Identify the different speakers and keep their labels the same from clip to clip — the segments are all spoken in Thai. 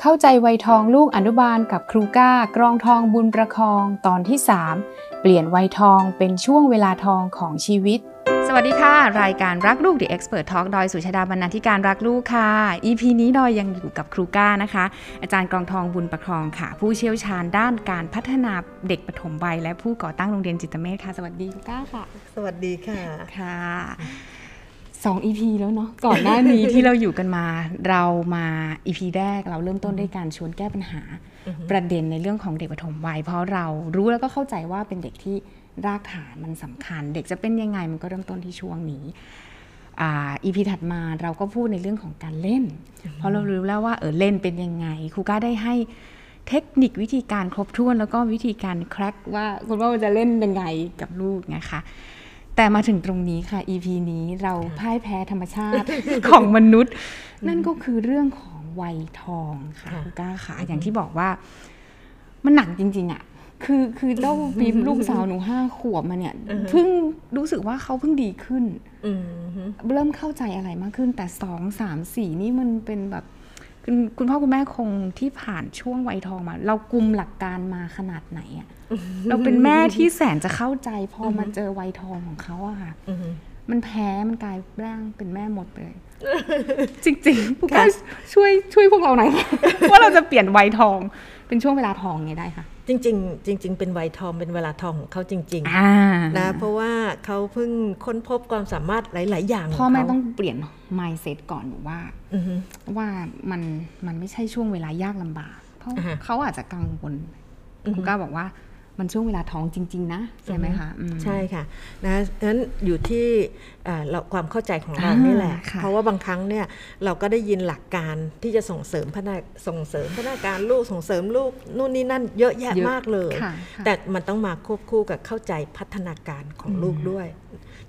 Speaker 1: เข้าใจวัยทองลูกอนุบาลกับครูก้ากรองทองบุญประคองตอนที่ 3 เปลี่ยนวัยทองเป็นช่วงเวลาทองของชีวิต สวัสดีค่ะ รายการรักลูก The Expert Talk ดอยสุชาดาบรรณาธิการรักลูกค่ะ EP นี้ดอยยังอยู่กับครูก้านะคะ อาจารย์กรองทองบุญประคองค่ะ ผู้เชี่ยวชาญด้านการพัฒนาเด็กปฐมวัย และผู้ก่อตั้งโรงเรียนจิตเมธค่ะ สวัสดีครูก้าค่ะ
Speaker 2: สวัสดีค่ะ
Speaker 1: ค่ะสอง EP แล้วเนาะก่อนหน้านี้ ที่เราอยู่กันมาเรามา EP แรกเราเริ่มต้นด้วยการชวนแก้ปัญหา
Speaker 2: อือฮึ
Speaker 1: ประเด็นในเรื่องของเด็กปฐมวัย เพราะเรารู้แล้วก็เข้าใจว่าเป็นเด็กที่รากฐานมันสำคัญ เด็กจะเป็นยังไงมันก็เริ่มต้นที่ช่วงนี้อ่า EP ถัดมาเราก็พูดในเรื่องของการเล่น เพราะเรารู้แล้วว่าเออเล่นเป็นยังไงครูก้าได้ให้เทคนิควิธีการครบถ้วนแล้วก็วิธีการแคร็กว่าคุณว่ามันจะเล่นยังไงกับลูกนะคะ แต่มาถึงตรงนี้ค่ะ EP นี้เราพ่ายแพ้ธรรมชาติ ของมนุษย์ นั่นก็คือเรื่องของวัยทองค่ะ
Speaker 2: ค่ะ
Speaker 1: คุณก้าค่ะอย่างที่บอกว่า มันหนักจริง ๆ อ่ะ คือคือเจ้าบีมลูกสาวหนูห้าขวบมาเนี่ยเพิ่งรู้สึกว่าเขาเพิ่งดีขึ้น
Speaker 2: อืมฮึ
Speaker 1: เริ่มเข้าใจอะไรมากขึ้นแต่สองสามสี่นี่มันเป็นแบบคุณคุณพ่อคุณแม่คงที่ผ่านช่วงวัยทองมา เรากลุมหลักการมาขนาดไหนอะเราเป็นแม่ที่แสนจะเข้าใจพอมาเจอวัยทองของเขาอะค่ะ
Speaker 2: อืมฮึ
Speaker 1: มันแพ้มันกลายร่างเป็นแม่หมดเลย จริงๆผู้ก็ช่วยช่วยพวกเราหน่อย ว่าเราจะเปลี่ยนวัยทองเป็นช่วงเวลาทองไงได้ค่ะ
Speaker 2: จริง ๆ จริง ๆ เป็นวัยทองเป็นเวลาทองของเขาจริง
Speaker 1: อ่า
Speaker 2: ๆนะเพราะว่าเขาเพิ่งค้นพบความสามารถหลาย ๆ อย่างข
Speaker 1: พ่อ
Speaker 2: เขา
Speaker 1: แม่ต้องเปลี่ยน mindset ก่อนหนูว่า
Speaker 2: อือฮึ
Speaker 1: ว่ามันมันไม่ใช่ช่วงเวลายากลำบากเพราะ
Speaker 2: อ่าฮะ
Speaker 1: เขาอาจจะกังวล
Speaker 2: อือฮึ
Speaker 1: คุณก้าบอกว่ามันช่วงเวลาท้องจริง ๆ นะ ใช่ไหมคะอืม
Speaker 2: ใช่ค่ะนะนั้นอยู่ที่เอ่อเราความเข้าใจของเรา
Speaker 1: อ่า
Speaker 2: นี่แหละ
Speaker 1: ค่ะ
Speaker 2: เพราะว่าบางครั้งเนี่ยเราก็ได้ยินหลักการที่จะส่งเสริมพัฒนาส่งเสริมพัฒนาการลูกส่งเสริมลูกนู่นนี่นั่นเยอะแยะ
Speaker 1: เยอะ
Speaker 2: มากเลย
Speaker 1: ค่ะค่ะ
Speaker 2: แต่มันต้องมาควบคู่กับเข้าใจพัฒนาการของ
Speaker 1: อืม
Speaker 2: ลูกด้วย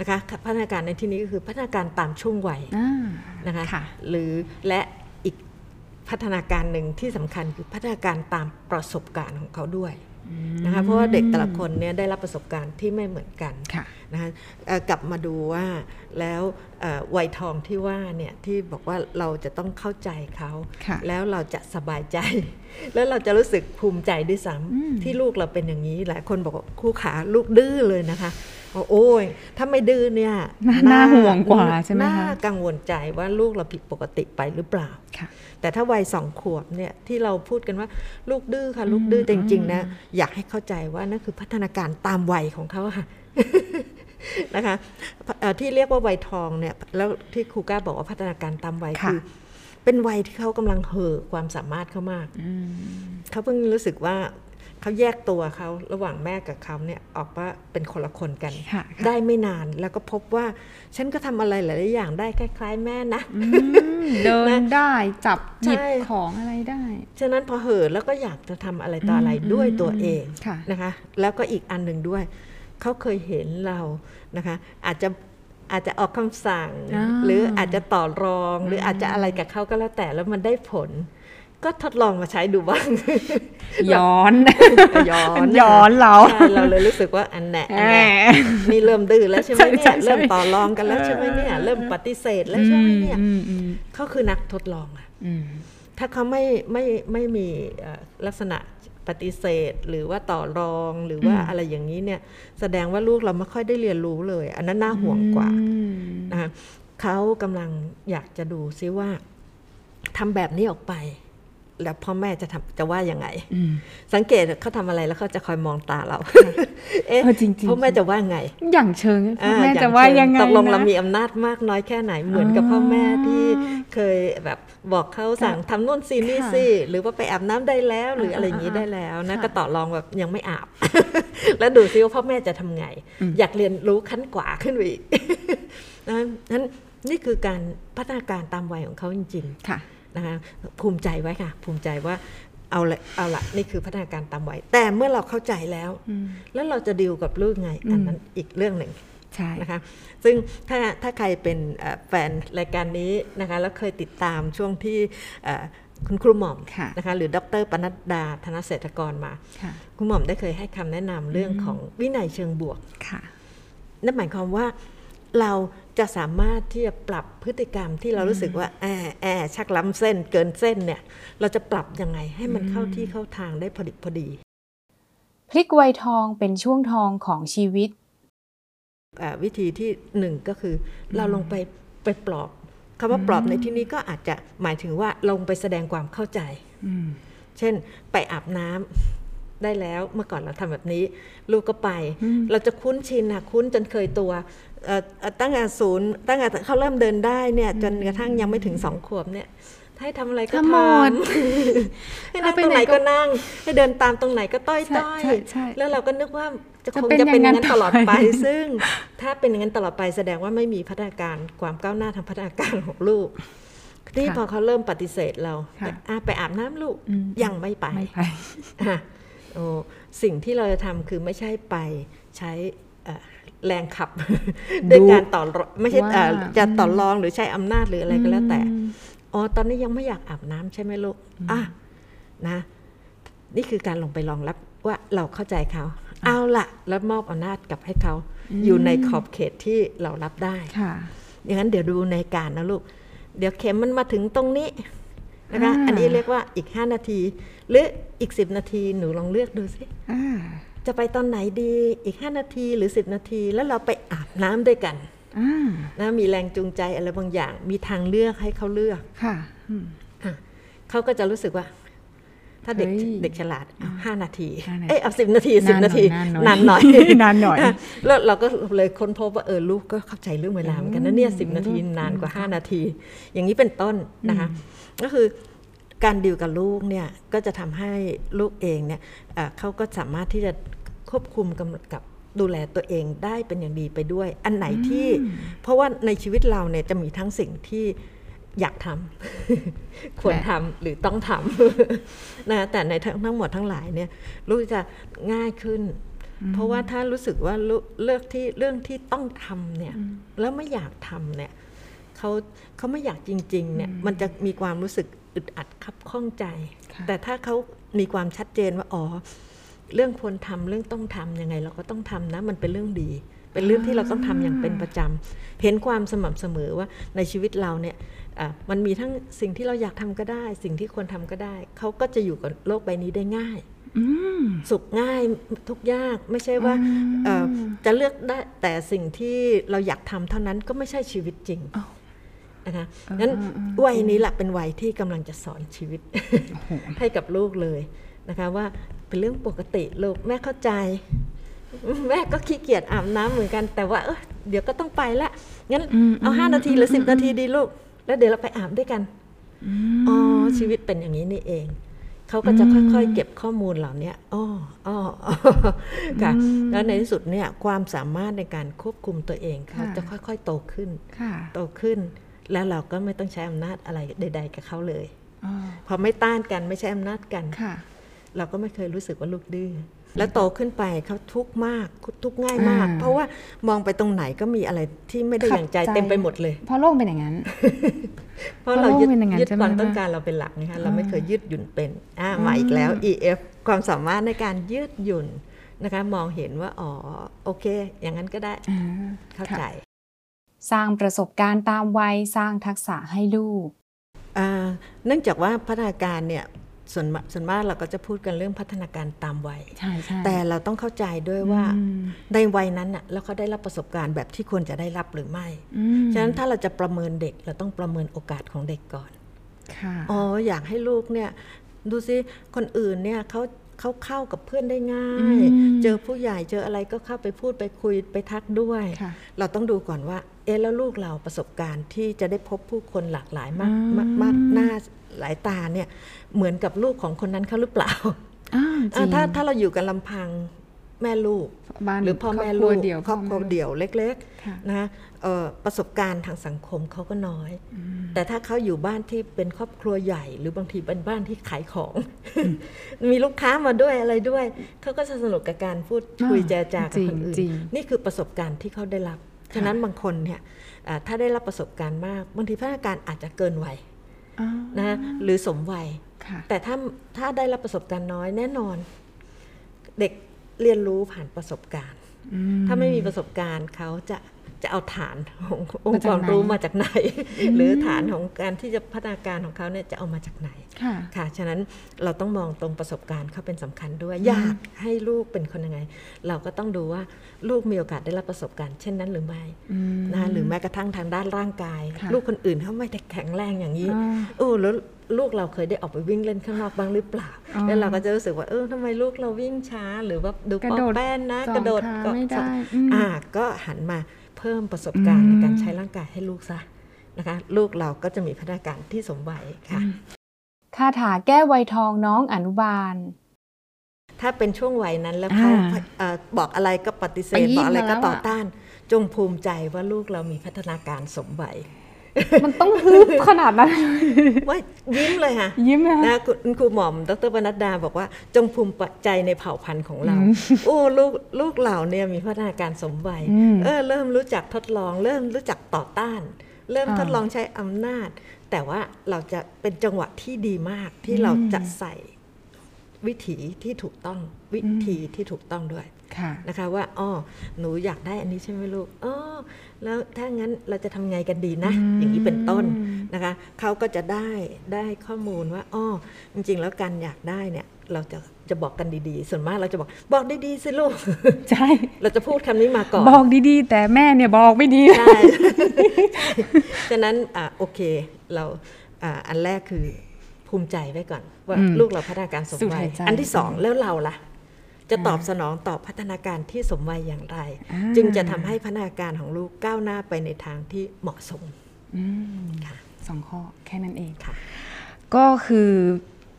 Speaker 2: นะคะ พัฒนาการในที่นี้ก็คือพัฒนาการตามช่วงวัย
Speaker 1: อ่า
Speaker 2: นะคะ
Speaker 1: ค่ะ
Speaker 2: หรือและอีกพัฒนาการหนึ่งที่สำคัญคือพัฒนาการตามประสบการณ์ของเขาด้วยนะคะเพราะว่าเด็กแต่ละคนเนี่ยได้รับประสบการณ์ที่ไม่เหมือนกัน
Speaker 1: ค่ะ
Speaker 2: นะคะเอ่อกลับมาดูว่าแล้วเอ่อวัยทองที่ว่าเนี่ยที่บอกว่าเราจะต้องเข้าใจเขา
Speaker 1: ค่ะ
Speaker 2: แล้วเราจะสบายใจ แล้วเราจะรู้สึกภูมิใจด้วยซ้
Speaker 1: อืม
Speaker 2: ำที่ลูกเราเป็นอย่างนี้หลายคนบอกว่าครูขาลูกดื้อเลยนะคะบอกโอ้ยถ้าไม่ดื้อเนี่ย
Speaker 1: น่าน่าห่วงกว่าใช่ไหมคะ
Speaker 2: น่ากังวลใจว่าลูกเราผิดปกติไปหรือเปล่า
Speaker 1: ค่ะ
Speaker 2: แต่ถ้าวัยสองขวบเนี่ยที่เราพูดกันว่าลูกดื้อค่ะ ลูกดื้อแต่จริงๆนะอยากให้เข้าใจว่านั่นคือพัฒนาการตามวัยของเขาค่ะ นะคะเอ่อที่เรียกว่าวัยทองเนี่ยแล้วที่ครูก้าบอกว่าพัฒนาการตามวัย
Speaker 1: ค่ะ
Speaker 2: คือ เป็นวัยที่เขากำลังเห่อความสามารถเขามาก
Speaker 1: อืม
Speaker 2: เขาเพิ่งรู้สึกว่าเขาแยกตัวเขาระหว่างแม่กับเขาเนี่ยออกว่าเป็นคนละคนกัน
Speaker 1: ค่ะค่ะ
Speaker 2: ได้ไม่นานแล้วก็พบว่า ฉันก็ทำอะไรหลายๆอย่างได้คล้าย ๆ แม่นะ
Speaker 1: อืมเดินได้จับหยิบ
Speaker 2: ใช่
Speaker 1: ของอะไรได้
Speaker 2: ฉะนั้นพอเห่อแล้วก็อยากจะทำอะไรต่ออะไรด้วยตัวเอง
Speaker 1: ค่ะ
Speaker 2: นะคะ แล้วก็อีกอันหนึ่งด้วย เขาเคยเห็นเรานะคะ อาจจะอาจจะออกคำสั่ง
Speaker 1: อ่า
Speaker 2: หรืออาจจะต่อรองหรืออาจจะอะไรกับเขาก็แล้วแต่แล้วมันได้ผล ก็ทดลองมาใช้ดูบ้าง
Speaker 1: ย้อน
Speaker 2: ย้อ
Speaker 1: มัน นย้อนเรา
Speaker 2: ใช่เราเลยรู้สึกว่าอันแหนะอันแหนะนี่เริ่มดื้อแล้วใช่ไหมเนี่
Speaker 1: ใช่
Speaker 2: ย
Speaker 1: ใช่
Speaker 2: เริ่มต่อรองกันแล้วใช่ไหมเนี่ยเริ่มปฏิเสธแล้วใช่ไหมเนี่ย
Speaker 1: อืมอืม
Speaker 2: เขาคือนักทดลองอะ
Speaker 1: อืม
Speaker 2: ถ้าเขาไม่ไม่ไม่มีเอ่อลักษณะปฏิเสธ หรือว่าต่อรองหรือว่า
Speaker 1: อืม
Speaker 2: อะไรอย่างนี้เนี่ยแสดงว่าลูกเราไม่ค่อยได้เรียนรู้เลย อันนั้นน่าห่วงกว่า
Speaker 1: อืม
Speaker 2: นะคะเขากำลังอยากจะดูซิว่าทำแบบนี้ออกไป แล้วพ่อแม่จะทำจะว่ายังไง
Speaker 1: อืม
Speaker 2: สังเกตเขาทำอะไรแล้วเขาจะคอยมองตาเรา เอ๊ะ
Speaker 1: เออจริงๆ
Speaker 2: พ่อแม่จะว่าไง
Speaker 1: อย่างเชิง
Speaker 2: อ่
Speaker 1: แม่
Speaker 2: อย่
Speaker 1: จะ
Speaker 2: เช่น
Speaker 1: ว่ายังไง
Speaker 2: ตกลงเรา
Speaker 1: นะ
Speaker 2: มีอำนาจมากน้อยแค่ไหนเหมือนกับพ่อแม่ที่เคยแบบบอกเขาสั่งทำนู่นสินี่
Speaker 1: ค่ะ
Speaker 2: สิหรือว่าไปอาบน้ำได้แล้วหรืออะไรอย่างนี้
Speaker 1: อ่าๆ
Speaker 2: ได้แล้วนะ
Speaker 1: ค่ะ
Speaker 2: ก็ต่อรองแบบยังไม่อาบ แล้วดูซิว่าพ่อแม่จะทำไง
Speaker 1: อืม
Speaker 2: อยากเรียนรู้ขั้นกว่าขึ้นไปอีก นะนั้นนี่คือการพัฒนาการตามวัยของเขาจริง ๆ
Speaker 1: ค่ะ
Speaker 2: นะคะภูมิใจไว้ค่ะ ภูมิใจว่าเอาละเอาละนี่คือพัฒนาการตามวัยแต่เมื่อเราเข้าใจแล้ว
Speaker 1: อืม
Speaker 2: แล้วเราจะดีลกับลูกไง อันนั้นอีกเรื่องหนึ่ง
Speaker 1: ใช่
Speaker 2: นะคะซึ่งถ้าถ้าใครเป็นเอ่อแฟนรายการนี้นะคะแล้วเคยติดตามช่วงที่เอ่อคุณครูหม่อม
Speaker 1: ค่ะ
Speaker 2: นะคะหรือดรปนัดดาธนเศรษฐกรมา
Speaker 1: ค่ะ
Speaker 2: คุณหม่อมได้เคยให้คำแนะนำเรื่องของวินัยเชิงบวก
Speaker 1: ค่ะ
Speaker 2: นั่นหมายความว่า เราจะสามารถที่จะปรับพฤติกรรมที่เรารู้สึกว่าแอบแอบชักล้ำเส้นเกินเส้นเนี่ย เราจะปรับยังไงให้มันเข้าที่เข้าทางได้พอดีพอดี
Speaker 1: พลิกวัยทองเป็นช่วงทองของชีวิต
Speaker 2: อ่าวิธีที่หนึ่งก็คือเราลงไปไปปลอบคำว่าปลอบในที่นี้ก็อาจจะหมายถึงว่าลงไปแสดงความเข้าใจ
Speaker 1: อืม
Speaker 2: เช่นไปอาบน้ำได้แล้วเมื่อก่อนเราทำแบบนี้ ลูกก็ไป เราจะคุ้นชินนะคุ้นจนเคยตัวเอ่อเอ่อตั้งแต่ศูนย์ตั้งแต่เขาเริ่มเดินได้เนี่ยจนกระทั่งยังไม่ถึงสองขวบเนี่ยให้ทำอะไรก็
Speaker 1: ทำหมด
Speaker 2: ให้ นั่ง
Speaker 1: เอาไป
Speaker 2: ตรงไหน
Speaker 1: ไหนก็
Speaker 2: ก็นั่ง ให้เดินตามตรงไหนก็ต้อย
Speaker 1: ใช่
Speaker 2: ต้อย
Speaker 1: ใช่ใช่
Speaker 2: แล้วเราก็นึกว่าจะ
Speaker 1: จะ
Speaker 2: คง
Speaker 1: เป็น
Speaker 2: จะเป็น
Speaker 1: อย่
Speaker 2: อา
Speaker 1: ย่าง งนั้น
Speaker 2: นั้นตลอดไป
Speaker 1: ต่อไป
Speaker 2: ซึ่งถ้าเป็นอย่างนั้นตลอดไปแสดงว่าไม่มีพัฒนาการความก้าวหน้าทางพัฒนาการของลูกที่
Speaker 1: ค่ะ
Speaker 2: พอเขาเริ่มปฏิเสธเรา
Speaker 1: ค่ะ
Speaker 2: แต่อ่ะไปอาบน้ำลูก
Speaker 1: อืม
Speaker 2: ยังไม่ไป
Speaker 1: ไม่ไป
Speaker 2: อ่ะโอ้สิ่งที่เราจะทำคือไม่ใช่ไปใช้เอ่อแรงขับ ด้วยการต่อรไม่ใช่
Speaker 1: ว่า
Speaker 2: เอ่อจะต่ออ
Speaker 1: ม
Speaker 2: รองหรือใช้อำนาจหรืออะไรก็แล้วแต่ อ๋อ ตอนนี้ยังไม่อยากอาบน้ำใช่ไหมลูก อ่ะ นะ นี่คือการลงไปรองรับว่าเราเข้าใจเขา เอาละแล้วมอบอำนาจกลับให้เขา อยู่ในขอบเขตที่เรารับได้
Speaker 1: ค่ะ
Speaker 2: อย่างนั้นเดี๋ยวดูในการนะลูก เดี๋ยวเข็มมันมาถึงตรงนี้นะคะ
Speaker 1: อ่า
Speaker 2: อันนี้เรียกว่าอีก 5 นาที หรืออีก 10 นาทีหนูลองเลือกดูสิ
Speaker 1: อ่า
Speaker 2: จะไปตอนไหนดีอีก 5 นาทีหรือ 10 นาที แล้วเราไปอาบน้ำด้วยกัน
Speaker 1: อ่า
Speaker 2: นะมีแรงจูงใจอะไรบางอย่าง มีทางเลือกให้เขาเลือก
Speaker 1: ค่ะอืม
Speaker 2: อะเขาก็จะรู้สึกว่า ถ้าเด็ก
Speaker 1: เฮ้ย
Speaker 2: เด็กฉลาดเอาห้านาที
Speaker 1: ห้านาที
Speaker 2: เอ้ยเอาสิบนาทีสิบ
Speaker 1: นานหน่อย
Speaker 2: นาทีนา
Speaker 1: าน นหน่อย ย
Speaker 2: นหน่อ
Speaker 1: นานหน่อย
Speaker 2: ะ แล้วเราก็เลยค้นพบว่าเออลูกก็เข้าใจเรื่องเวลาเหมือนกันนะเนี่ยสิบนาทีนานกว่า 5 นาที อย่างนี้เป็นต้นนะคะ ก็คือการดิวกับลูกเนี่ยก็จะทำให้ลูกเองเนี่ยเอ่อเขาก็สามารถที่จะควบคุมกำกับดูแลตัวเองได้เป็นอย่างดีไปด้วย อันไหนที่ เพราะว่าในชีวิตเราเนี่ยจะมีทั้งสิ่งที่อยากทำ ควรทำหรือต้องท ำ นะแต่ในทั้งหมดทั้งหลายเนี่ยลูกจะง่ายขึ้น เพราะว่าถ้ารู้สึกว่าลูกเลือกที่เรื่องที่ต้องทำเนี่ยแล้วไม่อยากทำเนี่ยเขาเขาไม่อยากจริงๆเนี่ยมันจะมีความรู้สึกอึดอัดคับข้องใจ
Speaker 1: ค่ะ
Speaker 2: แต่ถ้าเขามีความชัดเจนว่าอ๋อ เรื่องควรทำเรื่องต้องทำยังไงเราก็ต้องทำนะ มันเป็นเรื่องดี เป็นเรื่องที่เราต้องทำอย่างเป็นประจำเห็นความสม่ำเสมอว่าในชีวิตเราเนี่ยอ่ะมันมีทั้งสิ่งที่เราอยากทำก็ได้ สิ่งที่ควรทำก็ได้ เขาก็จะอยู่กับโลกใบนี้ได้ง่าย
Speaker 1: อืม
Speaker 2: สุขง่ายทุกข์ยากไม่ใช่ว่าเอ่อจะเลือกได้แต่สิ่งที่เราอยากทำเท่านั้นก็ไม่ใช่ชีวิตจริง
Speaker 1: อ้าว
Speaker 2: นะคะ
Speaker 1: เออ
Speaker 2: งั้น
Speaker 1: เออเออ
Speaker 2: วัยนี้แหละเป็นวัยที่กำลังจะสอนชีวิต
Speaker 1: โอ้โห
Speaker 2: ให้กับลูกเลยนะคะว่าเป็นเรื่องปกติลูกแม่เข้าใจ แม่ก็ขี้เกียจอาบน้ำเหมือนกัน แต่ว่าเออเดี๋ยวก็ต้องไปละงั้น
Speaker 1: อืม
Speaker 2: เอาห้านาทีหรือสิบนาทีดีลูก แล้วเดี๋ยวเราไปอาบด้วยกัน
Speaker 1: ม
Speaker 2: อ๋อชีวิตเป็นอย่างนี้นี่เอง เขาก็จะค่อยๆ เก็บข้อมูลเหล่านี้อ้ออ้ออ้อค่ะแล้วในที่สุดเนี่ยความสามารถในการควบคุมตัวเองเขาจะค่อยๆ โตขึ้น
Speaker 1: ค่ะ
Speaker 2: โตขึ้น แล้วเราก็ไม่ต้องใช้อำนาจอะไรใด ๆ กับเขาเลย
Speaker 1: อ๋อ
Speaker 2: พอไม่ต้านกันไม่ใช้อำนาจกัน
Speaker 1: ค่ะ
Speaker 2: เราก็ไม่เคยรู้สึกว่าลูกดื้อ แล้วโตขึ้นไปเขาทุกข์มากทุกข์ง่ายมาก
Speaker 1: อ่า
Speaker 2: เพราะว่ามองไปตรงไหนก็มีอะไรที่ไม่ได้
Speaker 1: ขัด
Speaker 2: อย่างใจ
Speaker 1: ใจ
Speaker 2: เต็มไปหมดเลย
Speaker 1: เพราะโลกเป็นอย่างนั้น
Speaker 2: เพราะ
Speaker 1: เพ
Speaker 2: เรา
Speaker 1: ราะโลก
Speaker 2: ยึด
Speaker 1: เป็นอย่างนั้น
Speaker 2: ยึด
Speaker 1: ใช่ไหม
Speaker 2: ความ
Speaker 1: คะ
Speaker 2: ต้องการเราเป็นหลักนะคะเราไม่เคยยืดหยุ่นเป็นอ่ามาอีกแล้ว EF ความสามารถในการยืดหยุ่นนะคะมองเห็นว่าอ๋อโอเค อย่างนั้นก็ได้เข้า
Speaker 1: ค่ะ
Speaker 2: ใจ
Speaker 1: สร้างประสบการณ์ตามวัยสร้างทักษะให้ลูก
Speaker 2: อ่าเนื่องจากว่าพัฒนาการเนี่ยส่วนมากส่วนมากเราก็จะพูดกันเรื่องพัฒนาการตามวัย
Speaker 1: ใช่ใช่
Speaker 2: แต่เราต้องเข้าใจด้วยว่า
Speaker 1: อืม
Speaker 2: ในวัยนั้นน่ะแล้วเขาได้รับประสบการณ์แบบที่ควรจะได้รับหรือไม่
Speaker 1: อืม
Speaker 2: ฉะนั้นถ้าเราจะประเมินเด็กเราต้องประเมินโอกาสของเด็กก่อน
Speaker 1: ค่ะ
Speaker 2: อ๋ออยากให้ลูกเนี่ยดูซิคนอื่นเนี่ยเขาเขาเข้ากับเพื่อนได้ง่าย เจอผู้ใหญ่เจออะไรก็เข้าไปพูดไปคุยไปทักด้วย
Speaker 1: ค่ะ
Speaker 2: เราต้องดูก่อนว่า เอ๊ะแล้วลูกเราประสบการณ์ที่จะได้พบผู้คนหลากหลายมาก
Speaker 1: อืม
Speaker 2: มากมากหน้าหลายตาเนี่ยเหมือนกับลูกของคนนั้นเขาหรือเปล่า
Speaker 1: อ้าวจริ
Speaker 2: อ่าง ถ้าถ้าเราอยู่กันลำพังแม่ลูก
Speaker 1: บ้าน
Speaker 2: หรือพ่อแม่
Speaker 1: ครบค
Speaker 2: ลูก
Speaker 1: รัวเดี่ยว
Speaker 2: ครอบครัว
Speaker 1: พ่แม่
Speaker 2: เดี่ยวเล็ก
Speaker 1: ค่ะ
Speaker 2: ๆนะเอ่อประสบการณ์ทางสังคมเขาก็น้อย แต่ถ้าเขาอยู่บ้านที่เป็นครอบครัวใหญ่ หรือบางทีเป็นบ้านที่ขายของ มีลูกค้ามาด้วยอะไรด้วย เขาก็จะสนุกกับการพูดคุย
Speaker 1: อ่า
Speaker 2: เจรจากับคนอื่น
Speaker 1: จริง
Speaker 2: นี่คือประสบการณ์ที่เขาได้รับฉะนั้นบางคนเนี่ยอ่าถ้าได้รับประสบการณ์มากบางทีพัฒนาการอาจจะเกินวัย
Speaker 1: อ้าว
Speaker 2: นะหรือสมวัย
Speaker 1: ค่ะ
Speaker 2: แต่ถ้าถ้าได้รับประสบการณ์น้อยแน่นอน เด็กเรียนรู้ผ่านประสบการณ์ ถ้าไม่มีประสบการณ์เขาจะ จะเอาฐานขององค์ความรู้มาจากไหน หรือฐานของการที่จะพัฒนาการของเขาเนี่ยจะเอามาจากไหน
Speaker 1: ค่ะ
Speaker 2: ค่ะ ฉะนั้นเราต้องมองตรงประสบการณ์เขาเป็นสำคัญด้วย อยากให้ลูกเป็นคนยังไง เราก็ต้องดูว่าลูกมีโอกาสได้รับประสบการณ์เช่นนั้นหรือไม่นะหรือแม้กระทั่งทางด้านร่างกาย
Speaker 1: ค่ะ
Speaker 2: ลูกคนอื่นเขาไม่ได้แข็งแรงอย่างนี้
Speaker 1: อ่า
Speaker 2: โอ้แล้วลูกเราเคยได้ออกไปวิ่งเล่นข้างนอกบ้างหรือเปล่า
Speaker 1: อ๋อ
Speaker 2: แล้วเราก็จะรู้สึกว่าเออทำไมลูกเราวิ่งช้าหรือว่าดู
Speaker 1: กระ
Speaker 2: ป้อ
Speaker 1: โดด
Speaker 2: แป้นนะ
Speaker 1: สอง
Speaker 2: กระโดด
Speaker 1: ขา
Speaker 2: เกาะ
Speaker 1: ไม่ได้
Speaker 2: สอง
Speaker 1: อืม
Speaker 2: อ่าก็หันมาเพิ่มประสบการณ์ในการ
Speaker 1: อืม
Speaker 2: ใช้ร่างกายให้ลูกซะนะคะ ลูกเราก็จะมีพัฒนาการที่สมวัยค่ะ
Speaker 1: คาถาแก้ไวยทองน้องอนุบาล
Speaker 2: ถ้าเป็นช่วงวัยนั้นแล้วเขา
Speaker 1: อ่า
Speaker 2: เอ่อบอกอะไรก็ปฏิเสธ
Speaker 1: ไปยิ่ง
Speaker 2: บอกอะไรก็
Speaker 1: แล้วอะ
Speaker 2: ต่อต้าน จงภูมิใจว่าลูกเรามีพัฒนาการสม วัย
Speaker 1: มันต้องฮึบขนาดนั้น
Speaker 2: ว่ายิ้มเลยค่ะ
Speaker 1: ยิ้มนะคะ
Speaker 2: นะคุณคุณครูหม่อม ดรปนัดดาบอกว่าจงภูมิใจในเผ่าพันธุ์ของเรา โอ้ลูกลูกเราเนี่ยมีพัฒนาการสมวัย
Speaker 1: อืม
Speaker 2: เออเริ่มรู้จักทดลอง เริ่มรู้จักต่อต้าน เริ่ม
Speaker 1: อ่า
Speaker 2: ทดลองใช้อำนาจ แต่ว่าเราจะเป็นจังหวะที่ดีมากที่เราจะ
Speaker 1: อืม
Speaker 2: ใส่วิถีที่ถูกต้องวิธีที่ถูกต้องด้วย
Speaker 1: ค่ะ
Speaker 2: นะคะว่าอ๋อหนูอยากได้อันนี้ใช่ไหมลูกอ๋อแล้วถ้างั้นเราจะทำไงกันดีนะ
Speaker 1: อืม
Speaker 2: อย่างนี้เป็นต้นนะคะเขาก็จะได้ได้ข้อมูลว่าอ๋อจริง ๆ แล้วการอยากได้เนี่ยเราจะจะบอกกันดีๆ ส่วนมากเราจะบอกบอกดีๆสิลูก
Speaker 1: ใช่
Speaker 2: เราจะพูดคำนี้มาก่อน
Speaker 1: บอกดีๆ แต่แม่เนี่ยบอกไม่ดี
Speaker 2: ใช่ ฉะนั้นอ่ะโอเคเราอ่ะอันแรกคือภูมิใจไว้ก่อนว่า
Speaker 1: อืม
Speaker 2: ลูกเราพัฒนาการสม
Speaker 1: สูด
Speaker 2: วัย
Speaker 1: หายใจ
Speaker 2: อันที่สองแล้วเราล่ะ จะตอบ
Speaker 1: อ่า
Speaker 2: สนองต่อพัฒนาการที่สมวัยอย่างไร
Speaker 1: อ่า
Speaker 2: จึงจะทำให้พัฒนาการของลูกก้าวหน้าไปในทางที่เหมาะสม
Speaker 1: อืม
Speaker 2: ค่ะ
Speaker 1: สองข้อแค่นั้นเอง
Speaker 2: ค่ะ
Speaker 1: ก็คือ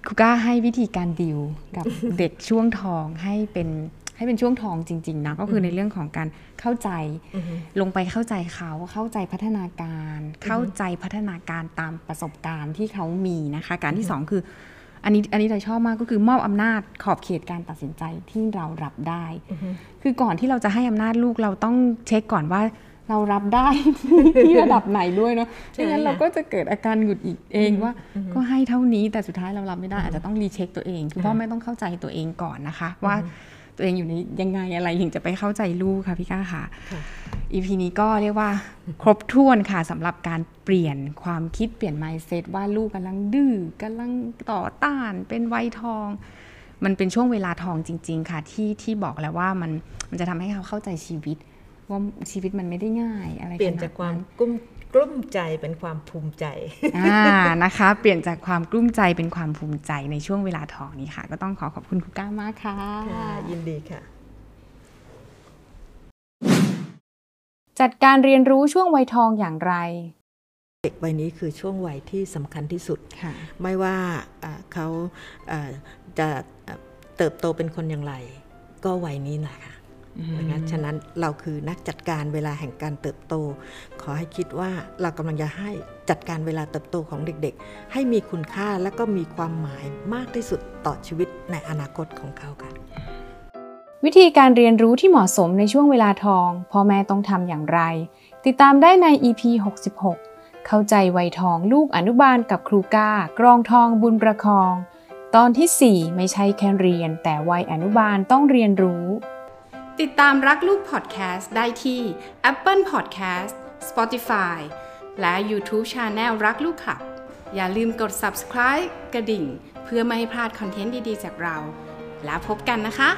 Speaker 1: ครูก้าให้วิธีการดิว กับ เด็กช่วงทองให้เป็นให้เป็นช่วงทองจริง ๆ นะ ก็คือในเรื่องของการเข้าใจ
Speaker 2: อือฮึ
Speaker 1: ลงไปเข้าใจเขาเข้าใจพัฒนาการ เข้าใจพัฒนาการตามประสบการณ์ที่เขามีนะคะ การที่สองคือ อันนี้อันนี้เราชอบมากก็คือมอบอำนาจขอบเขตการตัดสินใจที่เรารับได้
Speaker 2: อือฮึ
Speaker 1: คือก่อนที่เราจะให้อำนาจลูกเราต้องเช็คก่อนว่าเรารับ ได้ ที่ระดับไหนด้วยเนาะ
Speaker 2: ใช่
Speaker 1: ไม่งั้นเรา
Speaker 2: ค่ะ
Speaker 1: ก็จะเกิดอาการหงุดหงิดเองว่า ก็ให้เท่านี้แต่สุดท้ายเรารับไม่ได้อาจจะต้องรีเช็คตัวเองคือพ่อแม่ต้องเข้าใจตัวเองก่อนนะคะ ว่าตัวเองอยู่ในยังไงอะไรถึงจะไปเข้าใจลูกค่ะพี่ก้าค่ะ อีพีนี้ก็เรียกว่า ครบถ้วนค่ะสำหรับการเปลี่ยนความคิดเปลี่ยน mindset ว่าลูกกำลังดื้อกำลังต่อต้าน เป็นวัยทอง มันเป็นช่วงเวลาทองจริง ๆ ค่ะ ที่ที่บอกแล้วว่ามันมันจะทำให้เขาเข้าใจชีวิต ว่าชีวิตมันไม่ได้ง่ายอะไร
Speaker 2: เปลี่ยนจากความกุ้มกลุ้มใจเป็นความภูมิใจ
Speaker 1: อ่านะคะ เปลี่ยนจากความกลุ้มใจเป็นความภูมิใจในช่วงเวลาทองนี้ค่ะ ก็ต้องขอขอบคุณคุณก้ามากค่ะ
Speaker 2: ค่ะยินดีค่ะ
Speaker 1: จัดการเรียนรู้ช่วงวัยทองอย่างไร
Speaker 2: เด็กวัยนี้คือช่วงวัยที่สำคัญที่สุด
Speaker 1: ค่ะ
Speaker 2: ไม่ว่าเอ่อเขาเอ่อจะเอ่อเติบโตเป็นคนอย่างไร ก็วัยนี้แหละค่ะนะคะฉะนั้นเราคือนักจัดการเวลาแห่งการเติบโต ขอให้คิดว่าเรากำลังจะให้จัดการเวลาเติบโตของเด็กๆ ให้มีคุณค่าและก็มีความหมายมากที่สุดต่อชีวิตในอนาคตของเขาค่ะ
Speaker 1: วิธีการเรียนรู้ที่เหมาะสมในช่วงเวลาทองพ่อแม่ต้องทำอย่างไร ติดตามได้ใน EP 66 เข้าใจวัยทองลูกอนุบาลกับครูก้ากรองทองบุญประคอง ตอนทีสี่ 4 ไม่ใช่แค่เรียน แต่วัยอนุบาลต้องเรียนรู้ ติดตามรักลูกพอดแคสต์ได้ที่ Apple Podcast Spotify และ YouTube Channel รักลูกคลับ อย่าลืมกด subscribe กระดิ่ง เพื่อไม่ให้พลาดคอนเทนต์ดีๆจากเรา แล้วพบกันนะคะ